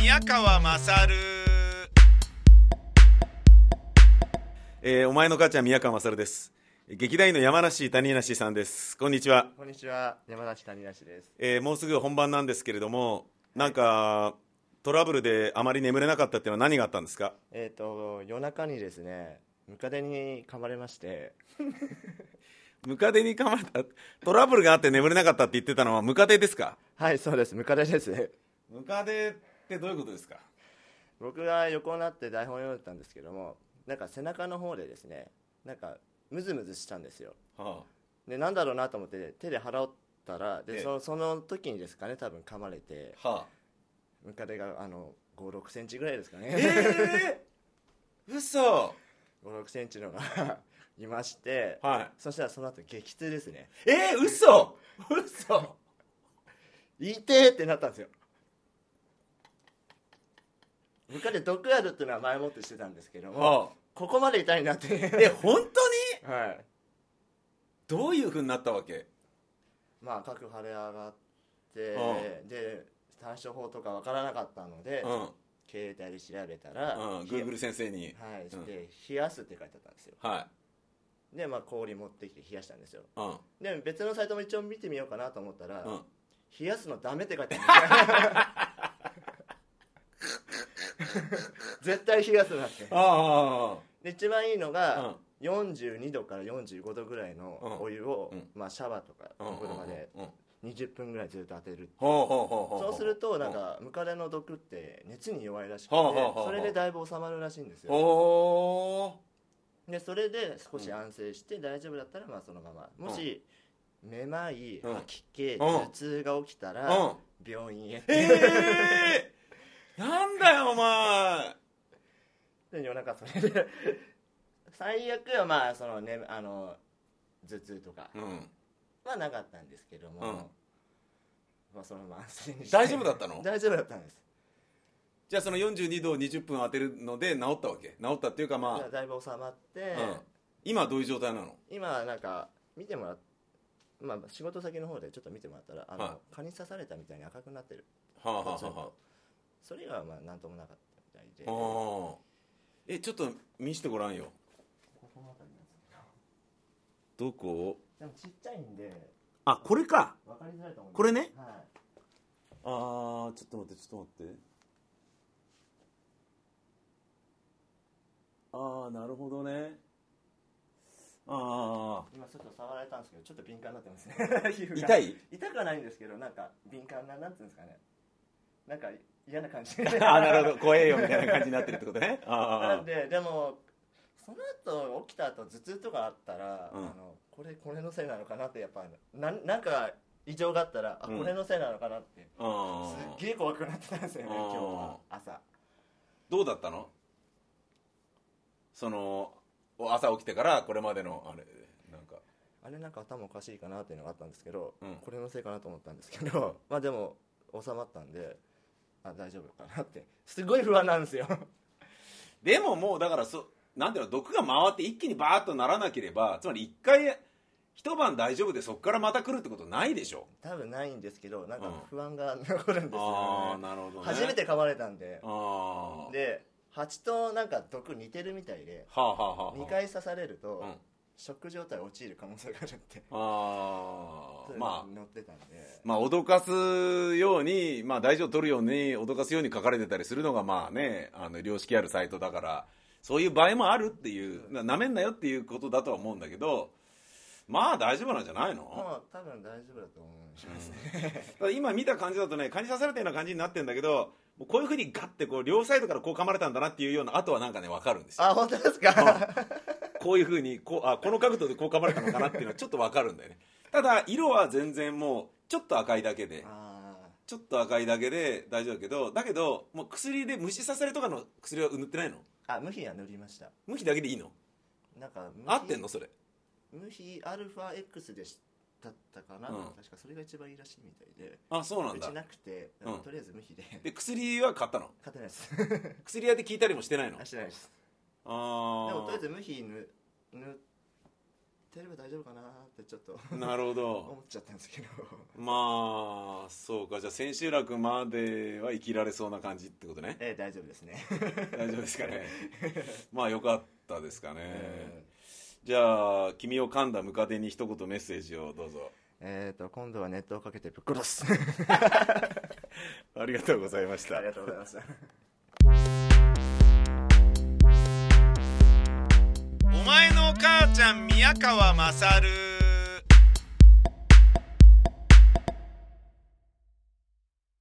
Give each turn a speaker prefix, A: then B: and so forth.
A: 宮川勝
B: えーお前の母ちゃん宮川勝です劇団員の山梨谷梨さんですこんにちは、
C: こんにちは山梨谷梨です
B: えーもうすぐ本番なんですけれどもなんかトラブルであまり眠れなかったっていうのは何があったんですか
C: えっ、と夜中にですねムカデに噛まれまして
B: ムカデに噛まれたトラブルがあって眠れなかったって言ってたのはムカデですか
C: はいそうですムカデです ね
B: ムカデってどういうことですか
C: 僕が横になって台本を読んでたんですけどもなんか背中の方でですねなんかムズムズしたんですよ
B: は
C: でなんだろうなと思って手で払ったら
B: ええ
C: でそのその時にですかね多分噛まれて
B: あ、はあ、
C: ムカデがあの56センチぐらいですかね
B: ええー、嘘
C: 56センチのが いまして
B: は
C: そしたらその後激痛ですね
B: いえー、嘘嘘
C: 痛えってなったんですよムカデ毒あるっていうのは前もってしてたんですけども、
B: はあ
C: ここまで痛いなって
B: え本当に
C: はい
B: どういうふうになったわけ
C: まあ各腫れ上がって
B: う
C: で対処法とかわからなかったので、
B: うん
C: 携帯で調べたら、
B: うん、グーグル先生に、
C: はい
B: うん
C: で冷やすって書いてあったんですよ
B: は
C: でまあ氷持ってきて冷やしたんですよ
B: い、うん、
C: で別のサイトも一応見てみようかなと思ったら、
B: うん、
C: 冷やすのダメって書いてあったんですよ絶対冷やすなって
B: あ
C: で一番いいの
B: う
C: が
B: ん、
C: 42度から45度ぐらいのお湯を、
B: うん
C: まあ、シャワーとか
B: あ、うん、
C: お風呂まで
B: うん、
C: 20分ぐらいずっと当てる
B: ほうほうほうほう。
C: そうするとなんかムカデの毒って熱に弱いらしくて
B: ほうほうほう
C: それでだいぶ収まるらしいんですよ
B: ほ
C: でそれで少し安静して大丈夫だったらまあそのままもしめまい
B: うん
C: 吐き気
B: ん
C: 頭痛が起きた
B: う、
C: ら病院へ
B: うん、ええー、なんだよお前、
C: で夜中それで最悪はまあそのねあの頭痛とか
B: うん、
C: はなかったんですけども、
B: うん
C: まあそのまま安静にして
B: 大丈夫だったの？
C: 大丈夫だったんです
B: じゃあその42度を20分当てるので治ったわけ、治ったっていうか
C: じゃ
B: ま
C: あだいぶ収まって、
B: あ、うん、今どういう状態なの？
C: 今はなんか見てもらっまあ、仕事先の方でちょっと見てもらったらあの、
B: は
C: 蚊に刺されたみたいに赤くなってる
B: はあ、はあは
C: ポツン
B: あはあ
C: とそれがまあなんともなかったみたい
B: あ
C: で、
B: あ、えちょっと見してごらんよ。
C: ここの辺りなんですけ
B: どこ？
C: どでもちっちゃいんで
B: あこれか。
C: 分かりづらいと思うんです
B: これね
C: はい
B: あーちょっと待ってちょっと待ってああなるほどねあ
C: 今ちょっと触られたんですけどちょっと敏感になってますね
B: あ
C: 痛
B: 痛い
C: 痛くはないんですけどなんか敏感ななんていうんですかねなんか嫌な感じ
B: ああなるほど怖えよみたいな感じになってるってことね
C: な
B: あ
C: んででもその後起きた後頭痛とかあったら、
B: うん
C: あのこれこれのせいなのかなってやっぱなんなんか異常があったらあ
B: うん
C: これのせいなのかなって、
B: ああ
C: すっ
B: あ
C: げえ怖くなってたんですよね
B: あー
C: 今日は朝
B: どうだったのそのお朝起きてからこれまでのあれなんか
C: あれなんか頭おかしいかなっていうのがあったんですけど、
B: うん
C: これのせいかなと思ったんですけど まあでも収まったんであ大丈夫かなってすごい不安なんですよ
B: でももうだからそなんていうの毒が回って一気にバーッとならなければつまり一回一晩大丈夫でそこからまた来るってことないでしょ
C: 多分ないんですけどなんか
B: うん
C: 不安が残るんです
B: あ
C: よ
B: あ
C: ね、
B: なるほど、ね、
C: 初めて噛まれたんで
B: ああ
C: で蜂となんか毒似てるみたいで
B: はあはあはあ
C: 2回刺されると、
B: うん
C: ショック状態陥る可能性があるって
B: あ
C: そ
B: あ
C: う
B: まあ
C: 乗ってたんで
B: まあ脅かすようにまあ大事を取るように脅かすように書かれてたりするのがまあねあの良識あるサイトだからそういう場合もあるっていうななめんなよっていうことだとは思うんだけどまあ大丈夫なんじゃないの、
C: もう多分大丈夫だと思いますね、
B: ただ今見た感じだとね蚊に刺されたような感じになってんだけどもうこういうふうにガッてこう両サイドからこう噛まれたんだなっていうような跡はなんかね分かるんですよ
C: あ本当ですか
B: こういうふうにこうあこの角度でこう噛まれたのかなっていうのはちょっとわかるんだよねただ色は全然もうちょっと赤いだけで
C: あ
B: ちょっと赤いだけで大丈夫だけどだけどもう薬で虫刺されとかの薬は塗ってないの
C: ーあ無比は塗りました
B: 無比だけでいいの
C: なんか無比
B: 合ってんのそれ
C: 無比アルファ X でしだったかな、
B: うん
C: 確かそれが一番いいらしいみたいで
B: あそうなん
C: うち
B: だ
C: なくて、
B: うん
C: とりあえず無比 で
B: で薬は買ったの
C: 勝てないです
B: 薬屋で聞いたりもしてないの
C: あしてないですでも
B: あ
C: とりあえず無比塗塗っテレビ大丈夫かなってちょっと
B: なるほど
C: 思っちゃったんですけど
B: まあそうかじゃあ千秋楽までは生きられそうな感じってことね
C: ええ大丈夫ですね、
B: 大丈夫ですか ねまあよかったですかね、
C: え
B: じゃあ君を噛んだムカデに一言メッセージをどうぞ
C: えーと今度はネットをかけてぶっ殺 す
B: ありがとうございました
C: ありがとうございました
B: お前のお母ちゃん宮川勝